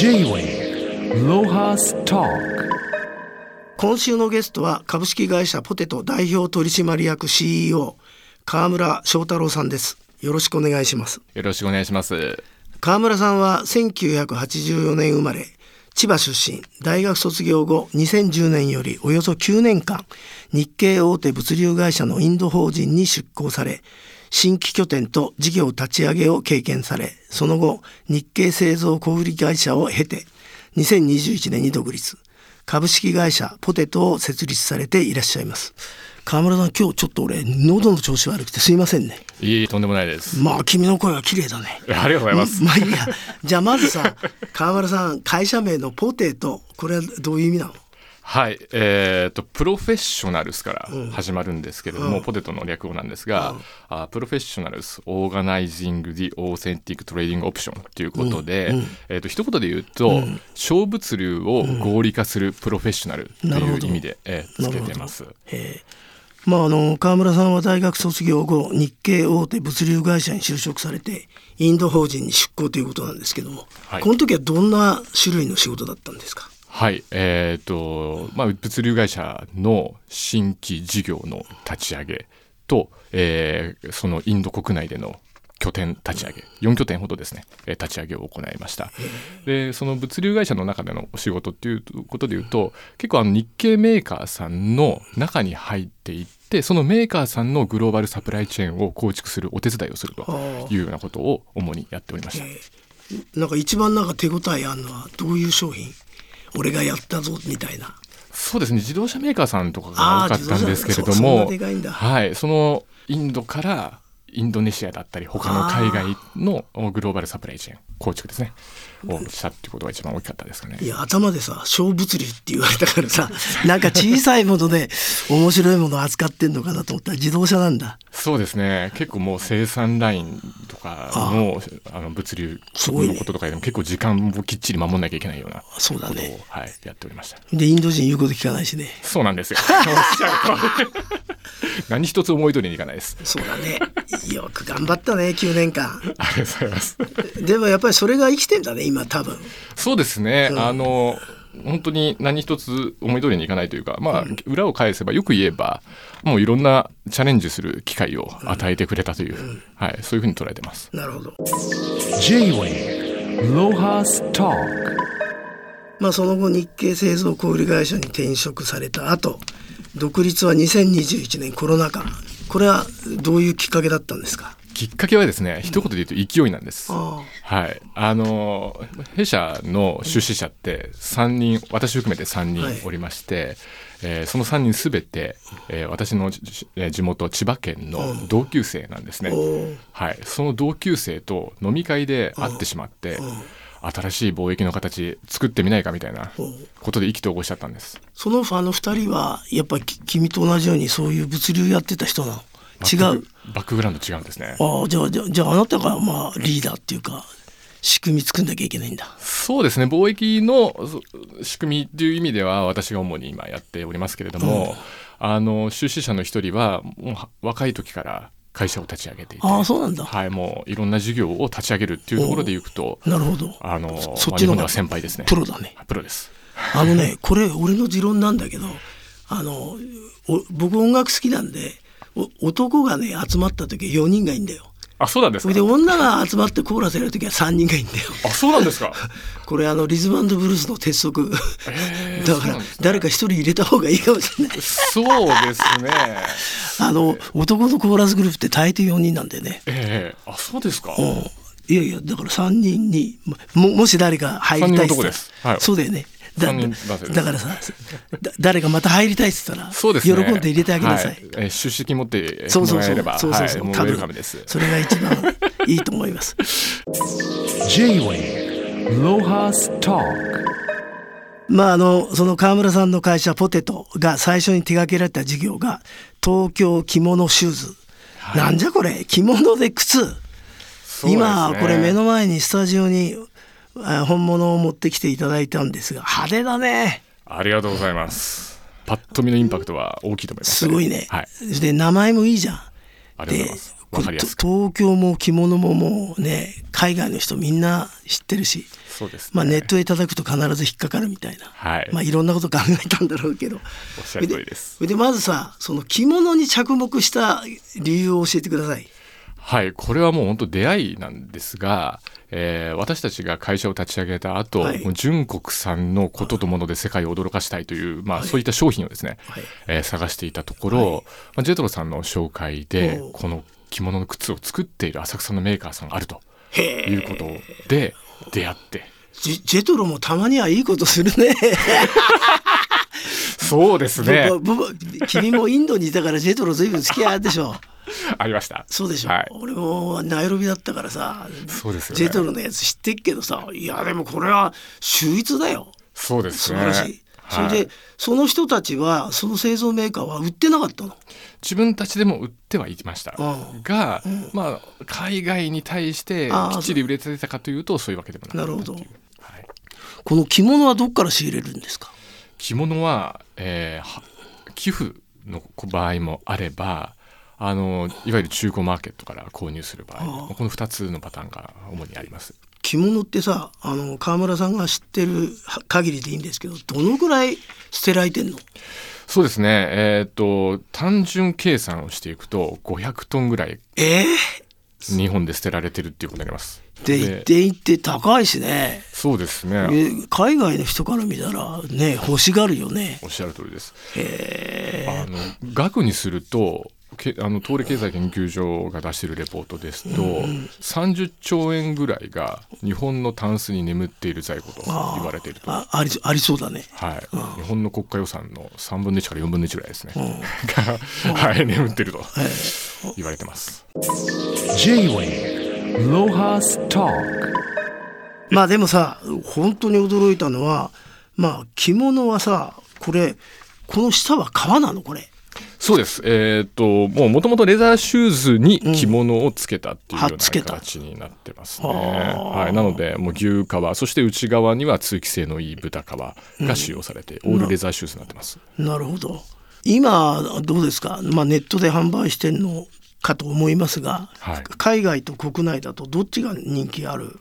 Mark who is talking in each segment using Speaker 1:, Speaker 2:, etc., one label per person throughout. Speaker 1: J-Way ロハストーク
Speaker 2: 今週のゲストは株式会社ポテト代表取締役 CEO 川村翔太郎さんですよろしくお願いします
Speaker 3: よろしくお願いします。
Speaker 2: 川村さんは1984年生まれ千葉出身大学卒業後2010年よりおよそ9年間日系大手物流会社のインド法人に出向され新規拠点と事業立ち上げを経験されその後日系製造小売会社を経て2021年に独立株式会社ポテトを設立されていらっしゃいます川村さん今日ちょっと俺喉の調子悪くてすいませんね
Speaker 3: いい、とんでもないです。
Speaker 2: まあ君の声は綺麗だね
Speaker 3: ありがとうございま す。
Speaker 2: まあいいや。じゃあまずさ、川村さん、会社名のポテト、これはどういう意味なの
Speaker 3: はい、えー、とプロフェッショナルスから始まるんですけれども、ポテトの略語なんですが、あプロフェッショナルスオーガナイジング・ディ・オーセンティック・トレーディング・オプションということで、えー、と一言で言うと、小物流を合理化するプロフェッショナルって
Speaker 2: なるほ
Speaker 3: いう
Speaker 2: ど
Speaker 3: 意味で、えーつけてます。
Speaker 2: まああの、川村さんは大学卒業後、日系大手物流会社に就職されて、インド法人に出向ということなんですけども、
Speaker 3: はい
Speaker 2: この時はどんな種類の仕事だったんですか
Speaker 3: はい、えっ、と、まあ、物流会社の新規事業の立ち上げと、えーそのインド国内での拠点立ち上げ、4拠点ほどですね、えー立ち上げを行いました。で、その物流会社の中でのお仕事っていうことで言うと、結構あの日系メーカーさんの中に入っていって、そのメーカーさんのグローバルサプライチェーンを構築するお手伝いをするというようなことを主にやっておりました。
Speaker 2: なんか一番なんか手応えあるのは、どういう商品俺がやったぞ、みたいな。
Speaker 3: そうですね自動車メーカーさんとかが多かったんですけれど
Speaker 2: あー自動車メーカーそうそんな
Speaker 3: も
Speaker 2: でかいんだ
Speaker 3: はい、そのインドからインドネシアだったり他の海外のグローバルサプライチェーン構築ですねをしたっていうことが一番大きかったですかね
Speaker 2: い。や、頭でさ、小物流って言われたから さ、なんか小さいもので面白いものを扱ってんのかなと思ったら自動車なんだ。
Speaker 3: そうですね結構もう生産ラインとかのあの物流
Speaker 2: すごいね
Speaker 3: のこととかでも結構時間をきっちり守んなきゃいけないような
Speaker 2: そうだ
Speaker 3: ことを、
Speaker 2: ね。
Speaker 3: はい、やっておりました。
Speaker 2: で、インド人言うこと聞かないしね。
Speaker 3: そうな んですよおっしゃる通り 何一つ思い通りにいかないです。
Speaker 2: そうだね。 よく頑張ったね、9年間。
Speaker 3: ありがとうございます。
Speaker 2: でもやっぱりそれが生きてんだね、今多分。
Speaker 3: そうですね、
Speaker 2: うん
Speaker 3: あの本当に何一つ思い通りにいかないというか、まあ、裏を返せばよく言えばもういろんなチャレンジする機会を与えてくれたという、はい、そういうふうに捉えてます。
Speaker 2: なるほど。
Speaker 1: J-Way ロハストーク
Speaker 2: まあその後日系製造小売会社に転職された後、独立は2021年コロナ禍。これはどういうきっかけだったんですか
Speaker 3: きっかけはですね一言で言うと勢いなんです。
Speaker 2: あ
Speaker 3: はい、あの弊社の出資者って3人私含めて3人おりまして、えーその3人すべて、えー私のじじえー地元千葉県の同級生なんですね、
Speaker 2: お
Speaker 3: はい、その同級生と飲み会で会ってしまって、新しい貿易の形作ってみないかみたいな
Speaker 2: うん
Speaker 3: ことで意気投合しちゃったんです
Speaker 2: そのあの二人はやっぱりき君と同じようにそういう物流やってた人なの違う
Speaker 3: バックバックグラウンド違うんですね
Speaker 2: ああじゃあじゃあじゃああなたがまあリーダーっていうか仕組み作んなきゃいけないんだ
Speaker 3: そうですね貿易のそ仕組みっていう意味では私が主に今やっておりますけれども、あの出資者の一人はもうは若い時から会社を立ち上げていて
Speaker 2: ああそうなんだ
Speaker 3: はい、もういろんな事業を立ち上げるっていうところでいくと
Speaker 2: なるほど
Speaker 3: あの
Speaker 2: そそっ
Speaker 3: まあ
Speaker 2: ち
Speaker 3: 日
Speaker 2: の方
Speaker 3: 本で
Speaker 2: が
Speaker 3: は先輩ですね
Speaker 2: プロだね
Speaker 3: プロです
Speaker 2: あの ねこれ俺の持論なんだけどあのお僕音楽好きなんでお男がね集まった時4人がいいんだよ
Speaker 3: あそうなんです
Speaker 2: それ
Speaker 3: か
Speaker 2: で女が集まってコーラスやる時は3人がいいんだよ
Speaker 3: あそうなんで すか
Speaker 2: これあのリズムブルースの鉄則
Speaker 3: えー
Speaker 2: だか
Speaker 3: そう
Speaker 2: ら
Speaker 3: なんですね
Speaker 2: 誰か一人入れた方がいいかもしれない
Speaker 3: そう ですね。
Speaker 2: あの男のコーラスグループって大抵4人なんだよね。
Speaker 3: ええあ、そうですか。
Speaker 2: うんいやいやだから3人にももし誰か入りたいっつった
Speaker 3: 三人男
Speaker 2: ら
Speaker 3: ですはい
Speaker 2: そうだよねだ
Speaker 3: 三人男性です
Speaker 2: だからさだ誰かまた入りたいっつったら
Speaker 3: そうです
Speaker 2: 喜ん
Speaker 3: ね。
Speaker 2: で入れてあげなさい、
Speaker 3: はえー、出資金持って
Speaker 2: そう
Speaker 3: も
Speaker 2: そう
Speaker 3: ら
Speaker 2: そ
Speaker 3: え
Speaker 2: う
Speaker 3: れば、
Speaker 2: そうそうそう、
Speaker 3: はい、もうウ
Speaker 2: 多
Speaker 3: ェ
Speaker 2: 分
Speaker 3: ルカムです。
Speaker 2: それが一番いいと思います
Speaker 1: J-Way ロハストーク
Speaker 2: まああのその川村さんの会社ポテトが最初に手掛けられた事業が東京着物シューズ、なんじゃこれ着物で靴
Speaker 3: そうですね
Speaker 2: 今これ目の前にスタジオにあ本物を持ってきていただいたんですが派手だね
Speaker 3: ありがとうございます。パッと見のインパクトは大きいと思いますす、
Speaker 2: ごいね、
Speaker 3: はい。
Speaker 2: で名前もいいじゃん
Speaker 3: ありがとうござい
Speaker 2: で
Speaker 3: ます。わかりやすく。
Speaker 2: 東京も着物ももうね海外の人みんな知ってるし、
Speaker 3: そうですね。
Speaker 2: まあ、ネットで叩くと必ず引っかかるみたいな、
Speaker 3: はい。
Speaker 2: まあ、いろんなこと考えたんだろうけど
Speaker 3: おっしゃる通りです。
Speaker 2: でまずさその着物に着目した理由を教えてください。
Speaker 3: はい、これはもう本当出会いなんですが、えー私たちが会社を立ち上げた後、
Speaker 2: はい
Speaker 3: もう純国産のことともので世界を驚かしたいという、まあ、
Speaker 2: はい
Speaker 3: そういった商品をですね、
Speaker 2: はい
Speaker 3: えー探していたところ、まあ、ジェトロさんの紹介で
Speaker 2: おう
Speaker 3: この着物の靴を作っている浅草のメーカーさんがあると
Speaker 2: へ
Speaker 3: いうことで出会って。
Speaker 2: ジジェトロもたまにはいいことするね。
Speaker 3: そうです ね。
Speaker 2: ブブブ君もインドにいたからジェトロ随分付き合いあったでしょ。
Speaker 3: ありました。
Speaker 2: そうでしょ、
Speaker 3: はい。
Speaker 2: 俺もナイロビだったからさ、
Speaker 3: そうですよ
Speaker 2: ジェト
Speaker 3: ね。
Speaker 2: ロのやつ知ってっけどさいやでもこれは秀逸だよ
Speaker 3: そうです
Speaker 2: 素
Speaker 3: ね。
Speaker 2: 晴らしい、そ
Speaker 3: は
Speaker 2: れ
Speaker 3: い
Speaker 2: で、その人たちはその製造メーカーは売ってなかったの
Speaker 3: 自分たちでも売ってはいました
Speaker 2: うん
Speaker 3: が、まあ、海外に対してき
Speaker 2: あー
Speaker 3: っちり売れてたかというとそういうわけでもな
Speaker 2: な
Speaker 3: か
Speaker 2: る
Speaker 3: っ
Speaker 2: ほ
Speaker 3: たと
Speaker 2: ど
Speaker 3: いう、はい、
Speaker 2: この着物はどっから仕入れるんですか
Speaker 3: 着物は,、えーは寄付の場合もあればあのいわゆる中古マーケットから購入する場合この2つのパターンが主にあります
Speaker 2: 着物ってさあの川村さんが知ってる限りでいいんですけどどのぐらい捨てられてんの
Speaker 3: そうですねえっ、と単純計算をしていくと500トンぐらい
Speaker 2: ええ
Speaker 3: 日本で捨てられてるっていうことになります
Speaker 2: で一点一点高いしね
Speaker 3: そうですね、
Speaker 2: え海外の人から見たらね欲しがるよね
Speaker 3: おっしゃる通りです。あの額にするとけあの東レ経済研究所が出しているレポートですと、30兆円ぐらいが日本のタンスに眠っている在庫と言われていると。
Speaker 2: あありありそうだね
Speaker 3: はい、日本の国家予算の3分の1から4分の1ぐらいですね、が、はい、眠ってると言われてます。
Speaker 1: J-Wave Lohas Talk
Speaker 2: まあでもさ本当に驚いたのはまあ着物はさこれこの下は革なのこれ
Speaker 3: そうです、えー、ともうもともとレザーシューズに着物をつけたっていうよう
Speaker 2: は
Speaker 3: な
Speaker 2: っつけた
Speaker 3: 形になってますね、はい、なのでもう牛革そして内側には通気性のいい豚革が使用されて、オールレザーシューズになってます、
Speaker 2: なるほど今どうですか、まあ、ネットで販売してるのかと思いますが、
Speaker 3: はい
Speaker 2: 海外と国内だとどっちが人気ある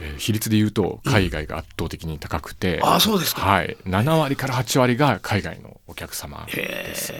Speaker 3: えー比率で言うと海外が圧倒的に高くて、
Speaker 2: あそうですか
Speaker 3: はい、7割から8割が海外のお客様です、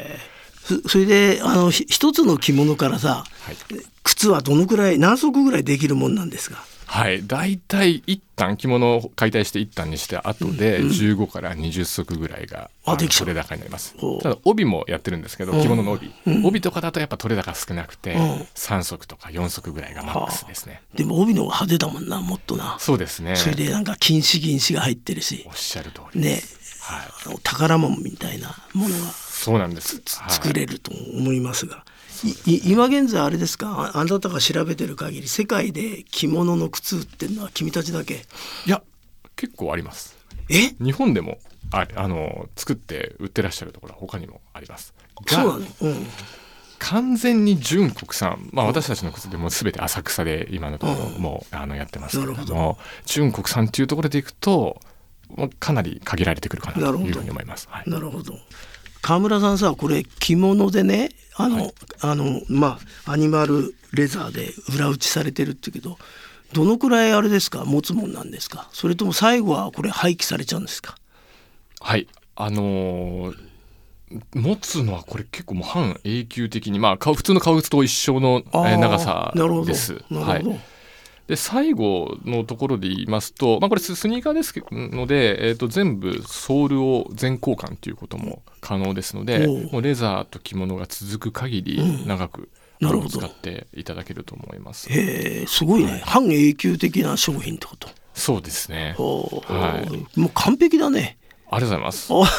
Speaker 2: そそれであのひ一つの着物からさ、
Speaker 3: はい
Speaker 2: 靴はどのくらい何足ぐらいできるもんなんですか
Speaker 3: はい、大体一旦着物を解体して一旦にして後で15から20足ぐらいが、
Speaker 2: あ
Speaker 3: あの
Speaker 2: できた
Speaker 3: 取れ高になります
Speaker 2: ほう
Speaker 3: ただ帯もやってるんですけど着物の帯、帯とかだとやっぱ取れ高少なくて、
Speaker 2: うん
Speaker 3: 3足とか4足ぐらいがマックスですね、
Speaker 2: でも帯の方が派手だもんなもっとな
Speaker 3: そうですね
Speaker 2: それでなんか金糸銀糸が入ってるし
Speaker 3: おっしゃる通り、
Speaker 2: ね
Speaker 3: はい、
Speaker 2: あの宝物みたいなものが
Speaker 3: そうなんです
Speaker 2: 作
Speaker 3: はい
Speaker 2: れると思いますが、いい今現在あれですかああなたが調べてる限り世界で着物の靴売ってるのは君たちだけ
Speaker 3: いや結構あります
Speaker 2: え
Speaker 3: 日本でもああの作って売ってらっしゃるところは他にもあります
Speaker 2: そう
Speaker 3: が
Speaker 2: なの、うん、
Speaker 3: 完全に純国産、まあ、私たちの靴でもう全て浅草で今のところもうあのやってますけれ
Speaker 2: なる
Speaker 3: ども純国産っていうところでいくとまあかなり限られてくるか
Speaker 2: な
Speaker 3: な
Speaker 2: るほ
Speaker 3: と
Speaker 2: ど
Speaker 3: いうふうに思います。はい、
Speaker 2: なるほど川村さんさこれ着物でねあの、あのまあアニマルレザーで裏打ちされてるって言うけどどのくらいあれですか持つもんなんですかそれとも最後はこれ廃棄されちゃうんですか
Speaker 3: はい、あのー持つのはこれ結構もう半永久的に、まあ、顔普通の革靴と一緒のえ
Speaker 2: あー
Speaker 3: ー長さ
Speaker 2: なるほど
Speaker 3: です。
Speaker 2: な
Speaker 3: は
Speaker 2: る
Speaker 3: い
Speaker 2: ほど、
Speaker 3: で最後のところで言いますと、まあ、これススニーカーですので、えー、と全部ソールを全交換ということも可能ですので
Speaker 2: おう
Speaker 3: もうレザーと着物が続く限り長く、
Speaker 2: な
Speaker 3: あ
Speaker 2: る
Speaker 3: の
Speaker 2: ほど
Speaker 3: 使っていただけると思います
Speaker 2: えーすごいね、半永久的な商品ってこと
Speaker 3: そうですね
Speaker 2: おー
Speaker 3: はい
Speaker 2: もう完璧だね。
Speaker 3: ありがとうございます
Speaker 2: お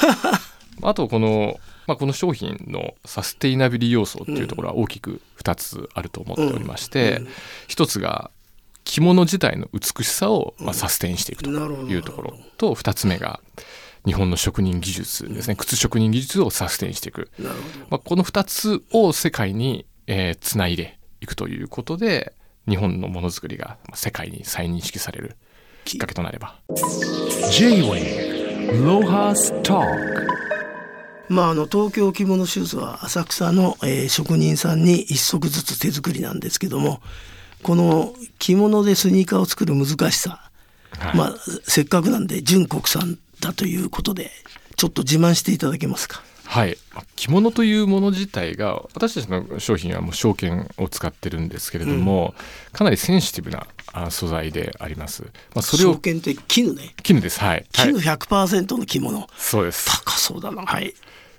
Speaker 3: あとこの、まあ、この商品のサステイナビリティ要素っていうところは大きく2つあると思っておりまして、1つが着物自体の美しさを、まあ、サステインしていくと
Speaker 2: なるほど
Speaker 3: いうところと2つ目が日本の職人技術ですね靴職人技術をサステインしていく、
Speaker 2: なるほ
Speaker 3: まあ、この2つを世界に、えーつないでいくということで日本のものづくりがまあ世界に再認識されるきっかけとなれば
Speaker 1: J-Wave Lohas Talk
Speaker 2: まあ、あの東京着物シューズは浅草の、えー職人さんに一足ずつ手作りなんですけどもこの着物でスニーカーを作る難しさ、
Speaker 3: はい
Speaker 2: まあ、せっかくなんで純国産だということでちょっと自慢していただけますか。
Speaker 3: はい、まあ着物というもの自体が私たちの商品はもう証券を使ってるんですけれども、かなりセンシティブなあ素材であります、まあ、それ
Speaker 2: 証
Speaker 3: を
Speaker 2: 券って絹ね
Speaker 3: 絹ですはい、はい
Speaker 2: 絹100%の着物、
Speaker 3: そうです、
Speaker 2: 高そうだなはい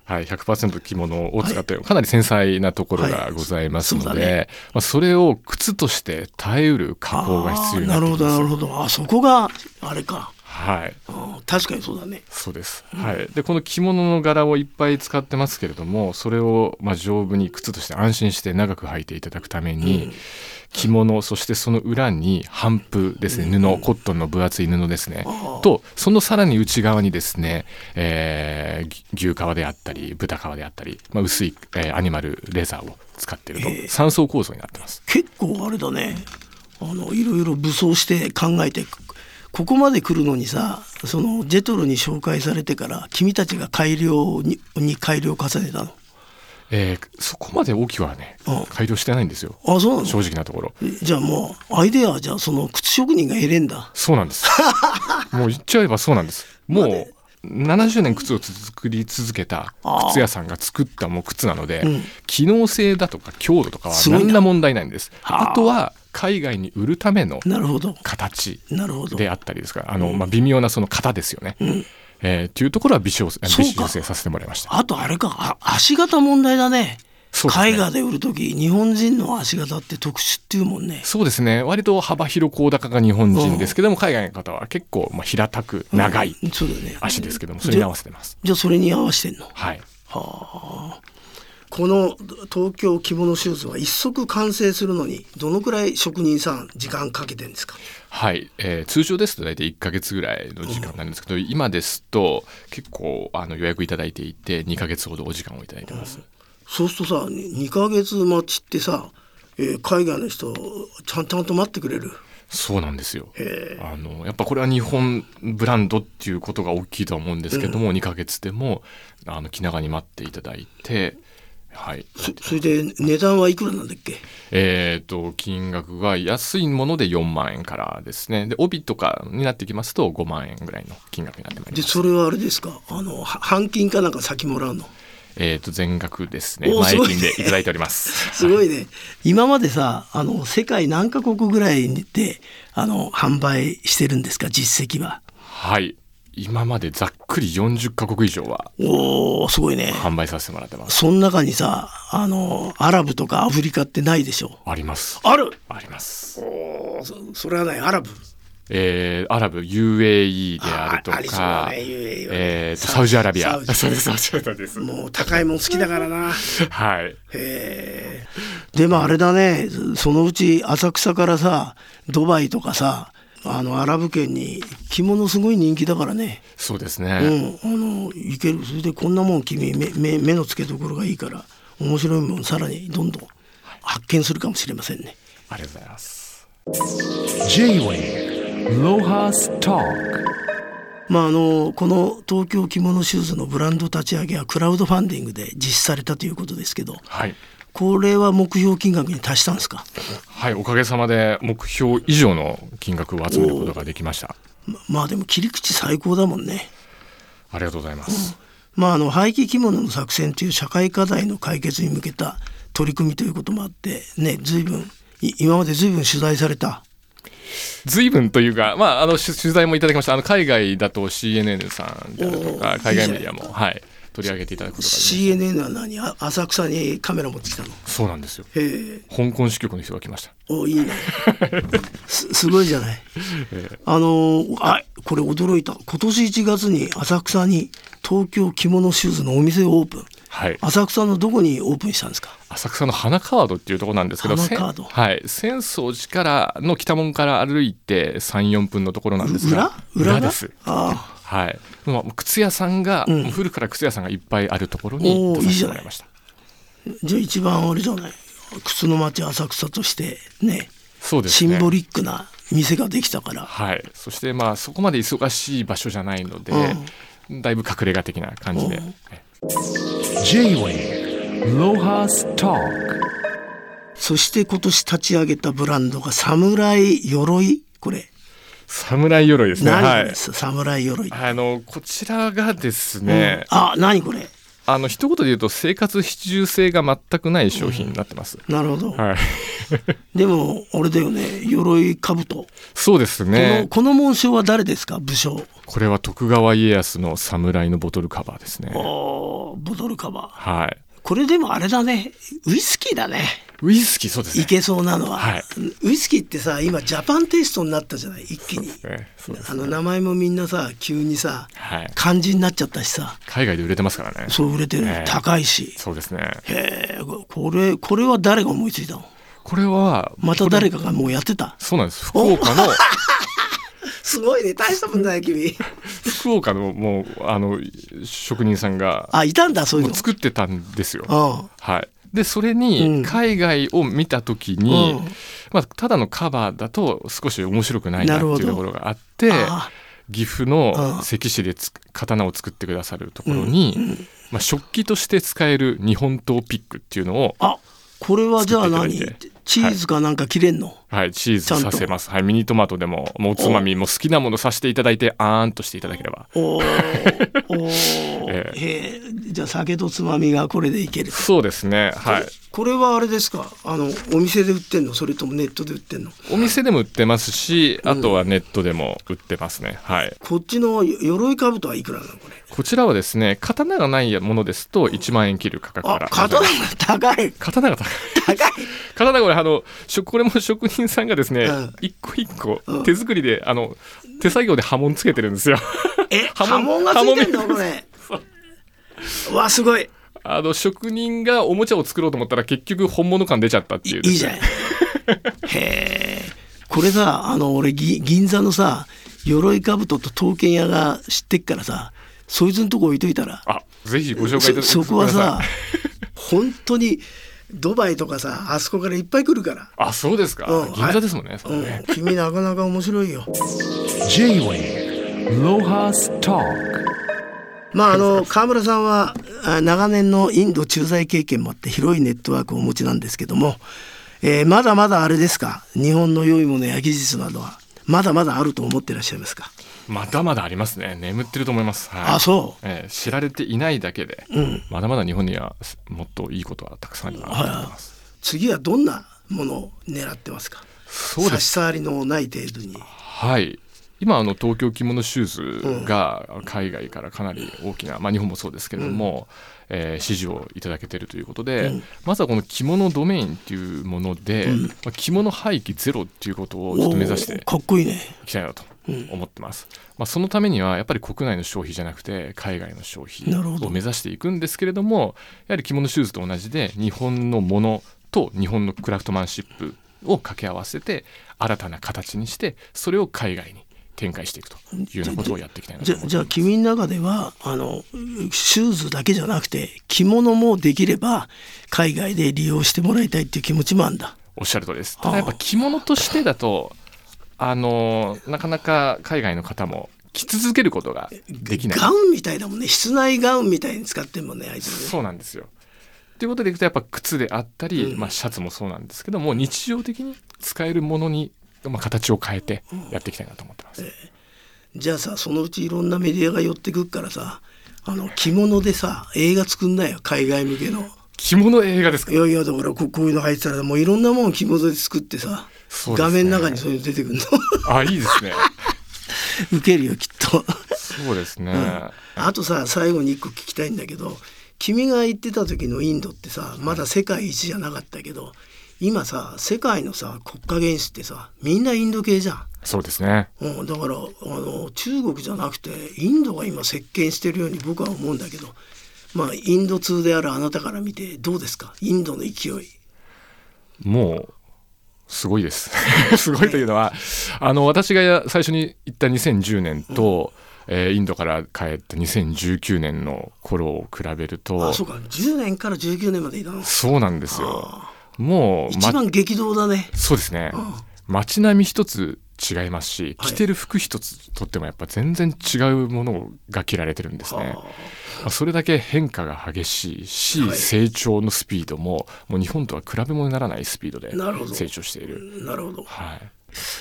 Speaker 3: はい、100%着物を使ってかなり繊細なところ
Speaker 2: は
Speaker 3: が
Speaker 2: い
Speaker 3: ございますので、
Speaker 2: そうだね
Speaker 3: まあ、それを靴として耐えうる加工が必要にな
Speaker 2: あ
Speaker 3: っ
Speaker 2: ー
Speaker 3: て
Speaker 2: なるほ
Speaker 3: きます
Speaker 2: どなるほどあそこがあれか
Speaker 3: はい
Speaker 2: うん確かにそうだね
Speaker 3: そうです、はい、でこの着物の柄をいっぱい使ってますけれどもそれをまあ丈夫に靴として安心して長く履いていただくために、着物そしてその裏に帆布ですね布、コットンの分厚い布ですねとそのさらに内側にですね、えーぎ牛革であったり豚革であったり、まあ、薄い、えーアニマルレザーを使っていると、3層構造になってます
Speaker 2: 結構あれだねあのいろいろ武装して考えてここまで来るのにさそのジェトロに紹介されてから君たちが改良にに改良を重ねたの
Speaker 3: えーそこまで大きくはね
Speaker 2: うん
Speaker 3: 改良してないんですよ
Speaker 2: あそうな
Speaker 3: 正
Speaker 2: の
Speaker 3: 直なところ
Speaker 2: じゃあもうアイデアはじゃあその靴職人が得れんだ
Speaker 3: そうなん です。もう言っちゃえばそうなんです。もう70年靴を作り続けた靴屋さんが作ったもう靴なので、機能性だとか強度とかは
Speaker 2: すごいな
Speaker 3: 何ら問題ないんです。
Speaker 2: はあ
Speaker 3: あとは海外に売るための
Speaker 2: なるほど
Speaker 3: 形
Speaker 2: なるほど
Speaker 3: であったりですから、あのまあ、微妙なその型ですよね。えーというところは微修
Speaker 2: そ
Speaker 3: 正
Speaker 2: うか
Speaker 3: 微修正させてもらいました。
Speaker 2: あとあれかあ足型問題だね
Speaker 3: そうですね
Speaker 2: 絵画で売る時日本人の足型って特殊っていうもんね
Speaker 3: そうですね割と幅広高高が日本人ですけども海外の方は結構まあ平たく長い
Speaker 2: そうだよね
Speaker 3: 足ですけどもそれに合わせてます。
Speaker 2: じゃあそれに合わせてんの
Speaker 3: はい、
Speaker 2: この東京着物シューズは一足完成するのにどのくらい職人さん時間かけてんですか
Speaker 3: はい、えー通常ですと大体1ヶ月ぐらいの時間になるんですけど、今ですと結構あの予約いただいていて2ヶ月ほどお時間をいただいてます、
Speaker 2: そうするとさ2ヶ月待ちってさ、えー海外の人ちゃんちゃんと待ってくれる
Speaker 3: そうなんですよあのやっぱこれは日本ブランドっていうことが大きいとは思うんですけども、2ヶ月でもあの気長に待っていただいてはい
Speaker 2: そそれで値段はいくらなんだっけ
Speaker 3: えー、と金額が安いもので4万円からですねで帯とかになってきますと5万円ぐらいの金額になってまいり
Speaker 2: で
Speaker 3: ます
Speaker 2: それはあれですかあのは半金かなんか先もらうの
Speaker 3: えー、と全額ですね
Speaker 2: おーす
Speaker 3: 前
Speaker 2: ごい
Speaker 3: 金でいただいております
Speaker 2: すごいね今までさあの世界何カ国ぐらいであの販売してるんですか実績は
Speaker 3: はい今までざっくり40カ国以上は
Speaker 2: おーすごいね
Speaker 3: 販売させてもらってます
Speaker 2: その中にさあのアラブとかアフリカってないでしょ
Speaker 3: あります
Speaker 2: ある
Speaker 3: あります
Speaker 2: おーそそれはないアラブ
Speaker 3: えー、アラブ UAE であると
Speaker 2: あありそうだ
Speaker 3: か
Speaker 2: ね UAE はね
Speaker 3: えーと
Speaker 2: サ
Speaker 3: サウジアラビ
Speaker 2: サ
Speaker 3: ア
Speaker 2: ウジ
Speaker 3: そうですサウジアラビアです
Speaker 2: もう高いもん好きだからな
Speaker 3: はい
Speaker 2: へえでもあれだねそのうち浅草からさドバイとかさあのアラブ圏に着物すごい人気だからね
Speaker 3: そうです
Speaker 2: う
Speaker 3: ね、
Speaker 2: んあのいけるそれでこんなもん君目目目の付けどころがいいから面白いもんさらにどんどん発見するかもしれませんね
Speaker 3: ありがとうございます
Speaker 1: J-Way Lohas Talk
Speaker 2: まあ、あのこの東京着物シューズのブランド立ち上げはクラウドファンディングで実施されたということですけど
Speaker 3: はい
Speaker 2: これは目標金額に達したんですか、
Speaker 3: はいおかげさまで目標以上の金額を集めることができました
Speaker 2: ままあでも切り口最高だもんね。
Speaker 3: ありがとうございます、
Speaker 2: まあ、あの廃棄着物の作戦という社会課題の解決に向けた取り組みということもあってね随分い今まで随分取材された
Speaker 3: 随分というか、まあ、あの取取材もいただきましたあの海外だと CNN さんであると
Speaker 2: お
Speaker 3: か
Speaker 2: ー
Speaker 3: 海外メディアもはい、取り上げていただくことができまし
Speaker 2: CNN は何あ浅草にカメラ持ってきたの
Speaker 3: たそうなんですよ
Speaker 2: へえ
Speaker 3: 香港支局の人が来ました
Speaker 2: おいい ねすすごいじゃないあのーあこれ驚いた今年1月に浅草に東京着物シューズのお店をオープン
Speaker 3: はい
Speaker 2: 浅草のどこにオープンしたんですか
Speaker 3: 浅草の花カードっていうところなんですけど
Speaker 2: 花
Speaker 3: せん
Speaker 2: カード
Speaker 3: はい浅草寺からの北門から歩いて34分のところなんです
Speaker 2: 裏
Speaker 3: が
Speaker 2: 裏が
Speaker 3: です
Speaker 2: あ
Speaker 3: はい、まあ、靴屋さんが、もう古くから靴屋さんがいっぱいあるところ
Speaker 2: お
Speaker 3: に
Speaker 2: ー
Speaker 3: 出させてもらいました
Speaker 2: あじゃあ一番あれじゃない靴の街浅草としてね
Speaker 3: そうです
Speaker 2: シ
Speaker 3: ね
Speaker 2: ンボリックな店ができたから、
Speaker 3: はい、そしてまあそこまで忙しい場所じゃないので、だいぶ隠れ家的な感じで、え
Speaker 1: J-Wave Lohas Talk
Speaker 2: そして今年立ち上げたブランドが侍鎧これ
Speaker 3: 侍鎧ですね。は
Speaker 2: 何で
Speaker 3: い。
Speaker 2: す、侍鎧
Speaker 3: あのこちらがですね、
Speaker 2: あ何これ
Speaker 3: あの一言で言うと生活必需性が全くない商品になってます。
Speaker 2: なるほど、
Speaker 3: はい。
Speaker 2: でもあれだよね鎧兜、
Speaker 3: そうです
Speaker 2: この
Speaker 3: ね。
Speaker 2: この紋章は誰ですか武将
Speaker 3: これは徳川家康の侍のボトルカバーですね。
Speaker 2: おーボトルカバー
Speaker 3: はい。
Speaker 2: これでもあれだねウイスキーだね
Speaker 3: ウイスキーそうですね。
Speaker 2: いけそうなのは、
Speaker 3: はい
Speaker 2: ウイスキーってさ今ジャパンテイストになったじゃない一気
Speaker 3: そう
Speaker 2: に、
Speaker 3: ですね。そうです
Speaker 2: あの名前もみんなさ急にさ
Speaker 3: はい。
Speaker 2: 漢字になっちゃったしさ
Speaker 3: 海外で売れてますからね。
Speaker 2: そう売れてる、
Speaker 3: ええ
Speaker 2: 高いし
Speaker 3: そうですね。
Speaker 2: へえこれこれは誰が思いついたの
Speaker 3: これは
Speaker 2: また誰かがもうやってた
Speaker 3: そうなんです。福岡の
Speaker 2: すごいね大したもんだね君
Speaker 3: 福岡のもうあの職人さんが
Speaker 2: あいたんだそういう
Speaker 3: も
Speaker 2: の
Speaker 3: う作ってたんですよ。
Speaker 2: う
Speaker 3: はい。でそれ
Speaker 2: うん
Speaker 3: に海外を見た時に、
Speaker 2: うん
Speaker 3: まあただのカバーだと少し面白くないなって
Speaker 2: なるほ
Speaker 3: いう
Speaker 2: ど
Speaker 3: ところがあって
Speaker 2: あ
Speaker 3: 岐阜の
Speaker 2: うん
Speaker 3: 関市でつ刀を作ってくださるところに、まあ、食器として使える日本刀ピックっていうのを、
Speaker 2: あこれはじゃあ
Speaker 3: 作って
Speaker 2: 何
Speaker 3: いただいて
Speaker 2: チーズかなんか切れんの、
Speaker 3: はい、チーズさせます、はい、ミニトマトでももうおつまみも好きなものさせていただいてあーんとしていただければ
Speaker 2: おー おー
Speaker 3: え
Speaker 2: へえじゃあ酒とつまみがこれでいける
Speaker 3: そうですねはい
Speaker 2: これはあれですかあのお店で売ってんのそれともネットで売ってんの
Speaker 3: お店でも売ってますしあとはネットでも売ってますねはい
Speaker 2: こっちの鎧兜はいくらなのこれ
Speaker 3: こちらはですね刀がないものですと1万円切る価格か
Speaker 2: あ
Speaker 3: ら
Speaker 2: 刀が高い
Speaker 3: 刀が高い
Speaker 2: 高い
Speaker 3: 刀これあのしょこれも職人さんがですね、
Speaker 2: うん
Speaker 3: 一個一個
Speaker 2: うん
Speaker 3: 手作りであの手作業で刃文つけてるんですよ
Speaker 2: え
Speaker 3: 刃
Speaker 2: 波紋
Speaker 3: 文
Speaker 2: がついてんのこれうわすごい
Speaker 3: あの職人がおもちゃを作ろうと思ったら結局本物感出ちゃったって
Speaker 2: い
Speaker 3: いう
Speaker 2: いいじゃんへえこれさあの俺ぎ銀座のさ鎧兜と刀剣屋が知ってっからさそいつのとこ置いといたら
Speaker 3: あぜひご紹介いただ
Speaker 2: そ
Speaker 3: き
Speaker 2: そこはさ本当にドバイとかさあそこからいっぱい来るから、
Speaker 3: あそうですか、
Speaker 2: うん
Speaker 3: 銀座ですもんね、そうれ
Speaker 2: ん
Speaker 3: ね、
Speaker 2: 君なかなか面白いよ
Speaker 1: J-Wave Lohas Talk
Speaker 2: まああ の川村さんはあ長年のインド駐在経験もあって広いネットワークをお持ちなんですけども、えーまだまだあれですか日本の良いものや技術などはまだまだあると思ってらっしゃいますか
Speaker 3: まだまだありますね眠ってると思います、はい、
Speaker 2: あそう
Speaker 3: ええ知られていないだけで、まだまだ日本にはすもっといいことはたくさんあるなと思います、
Speaker 2: 次はどんなものを狙ってますか
Speaker 3: そうで
Speaker 2: 差
Speaker 3: す
Speaker 2: し障りのない程度に
Speaker 3: はい今あの東京着物シューズが海外からかなり大きな、まあ、日本もそうですけれども、えー支持をいただけてるということで、まずはこの着物ドメインっていうもので、まあ、着物廃棄ゼロっていうことをちょっと目指し
Speaker 2: おー
Speaker 3: て
Speaker 2: かっこいいね
Speaker 3: いきたいなと思ってます、まあ、そのためにはやっぱり国内の消費じゃなくて海外の消費
Speaker 2: なるほど
Speaker 3: を目指していくんですけれどもやはり着物シューズと同じで日本のものと日本のクラフトマンシップを掛け合わせて新たな形にしてそれを海外に展開していくというようなことをやっていきたいなと
Speaker 2: じゃ
Speaker 3: 思います
Speaker 2: じゃあ君の中ではあのシューズだけじゃなくて着物もできれば海外で利用してもらいたいっていう気持ちもあるんだ
Speaker 3: おっしゃる通りですただやっぱ着物としてだとあのなかなか海外の方も着続けることができない
Speaker 2: ガウンみたいだもんね室内ガウンみたいに使ってんもんねあいつね
Speaker 3: そうなんですよ。ということでいくとやっぱ靴であったり、まあ、シャツもそうなんですけども日常的に使えるものに、まあ、形を変えてやっていきたいなと思ってます。
Speaker 2: じゃあさそのうちいろんなメディアが寄ってくっからさあの着物でさ映画作んなよ海外向けの
Speaker 3: 着物映画ですか
Speaker 2: いやいやだからここういうの入ってたらもういろんなもん着物で作ってさ、
Speaker 3: そうです
Speaker 2: 画
Speaker 3: ね
Speaker 2: 面の中にそういうの出てくるの
Speaker 3: あいいですね。
Speaker 2: ウケるよきっと
Speaker 3: そうですね。
Speaker 2: あとさ最後に一個聞きたいんだけど君が行ってた時のインドってさまだ世界一じゃなかったけど今さ世界のさ国家元首ってさみんなインド系じゃん。
Speaker 3: そうですね。
Speaker 2: うん、だからあの中国じゃなくてインドが今席巻してるように僕は思うんだけどまあインド通であるあなたから見てどうですかインドの勢い。
Speaker 3: もうすご いです。すごいというのはあの私が最初に行った2010年と、えーインドから帰った2019年の頃を比べる
Speaker 2: あ
Speaker 3: と
Speaker 2: そうか10年から19年までいたの
Speaker 3: そうなんですよ。もう
Speaker 2: 一番激動だね。
Speaker 3: そうですね。街並み一つ違いますし、
Speaker 2: はい
Speaker 3: 着てる服一つとってもやっぱ全然違うものが着られてるんですね。まあそれだけ変化が激しいし、
Speaker 2: はい
Speaker 3: 成長のスピードももう日本とは比べ物にならないスピードで
Speaker 2: なるほど
Speaker 3: 成長している。
Speaker 2: なるほど
Speaker 3: はい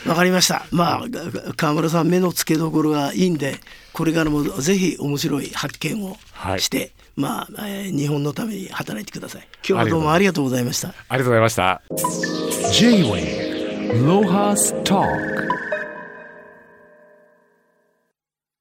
Speaker 2: わかりました。まあ、がが河村さん、目の付けどころがいいんで、これからもぜひ面白い発見を
Speaker 3: はい
Speaker 2: して、まあ、えー日本のために働いてください。今日はどうもあ
Speaker 3: あ
Speaker 2: りがとうございました。
Speaker 3: ありがとうございました。
Speaker 1: J-Wave Aloha's Talk